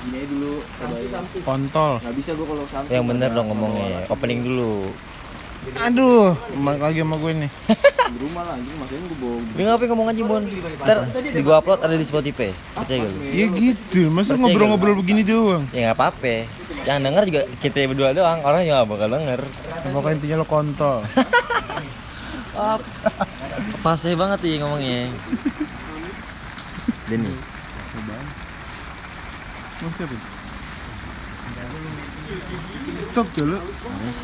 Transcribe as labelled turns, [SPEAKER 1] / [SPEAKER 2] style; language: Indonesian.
[SPEAKER 1] gini aja dulu cobain
[SPEAKER 2] kontol
[SPEAKER 1] nggak bisa gue kalau santai
[SPEAKER 3] Yang bener dong ngomongnya. ya. Opening dulu.
[SPEAKER 2] aduh balik lagi sama gue nih
[SPEAKER 1] di rumah lah anjing maksudnya gue bawa
[SPEAKER 3] Dia ngapain ngomong anjing Bon? Ntar di gua upload ada di Spotify. Percaya gak lu?
[SPEAKER 2] ya gitu masa ngobrol-ngobrol begini doang
[SPEAKER 3] Ya nggak apa-apa. Yang denger juga kita berdua doang. Orang juga nggak bakal denger.
[SPEAKER 2] Ya, pokoknya intinya lo kontol
[SPEAKER 3] Up. Fase banget sih ngomongnya. Denny.
[SPEAKER 2] Stop dulu.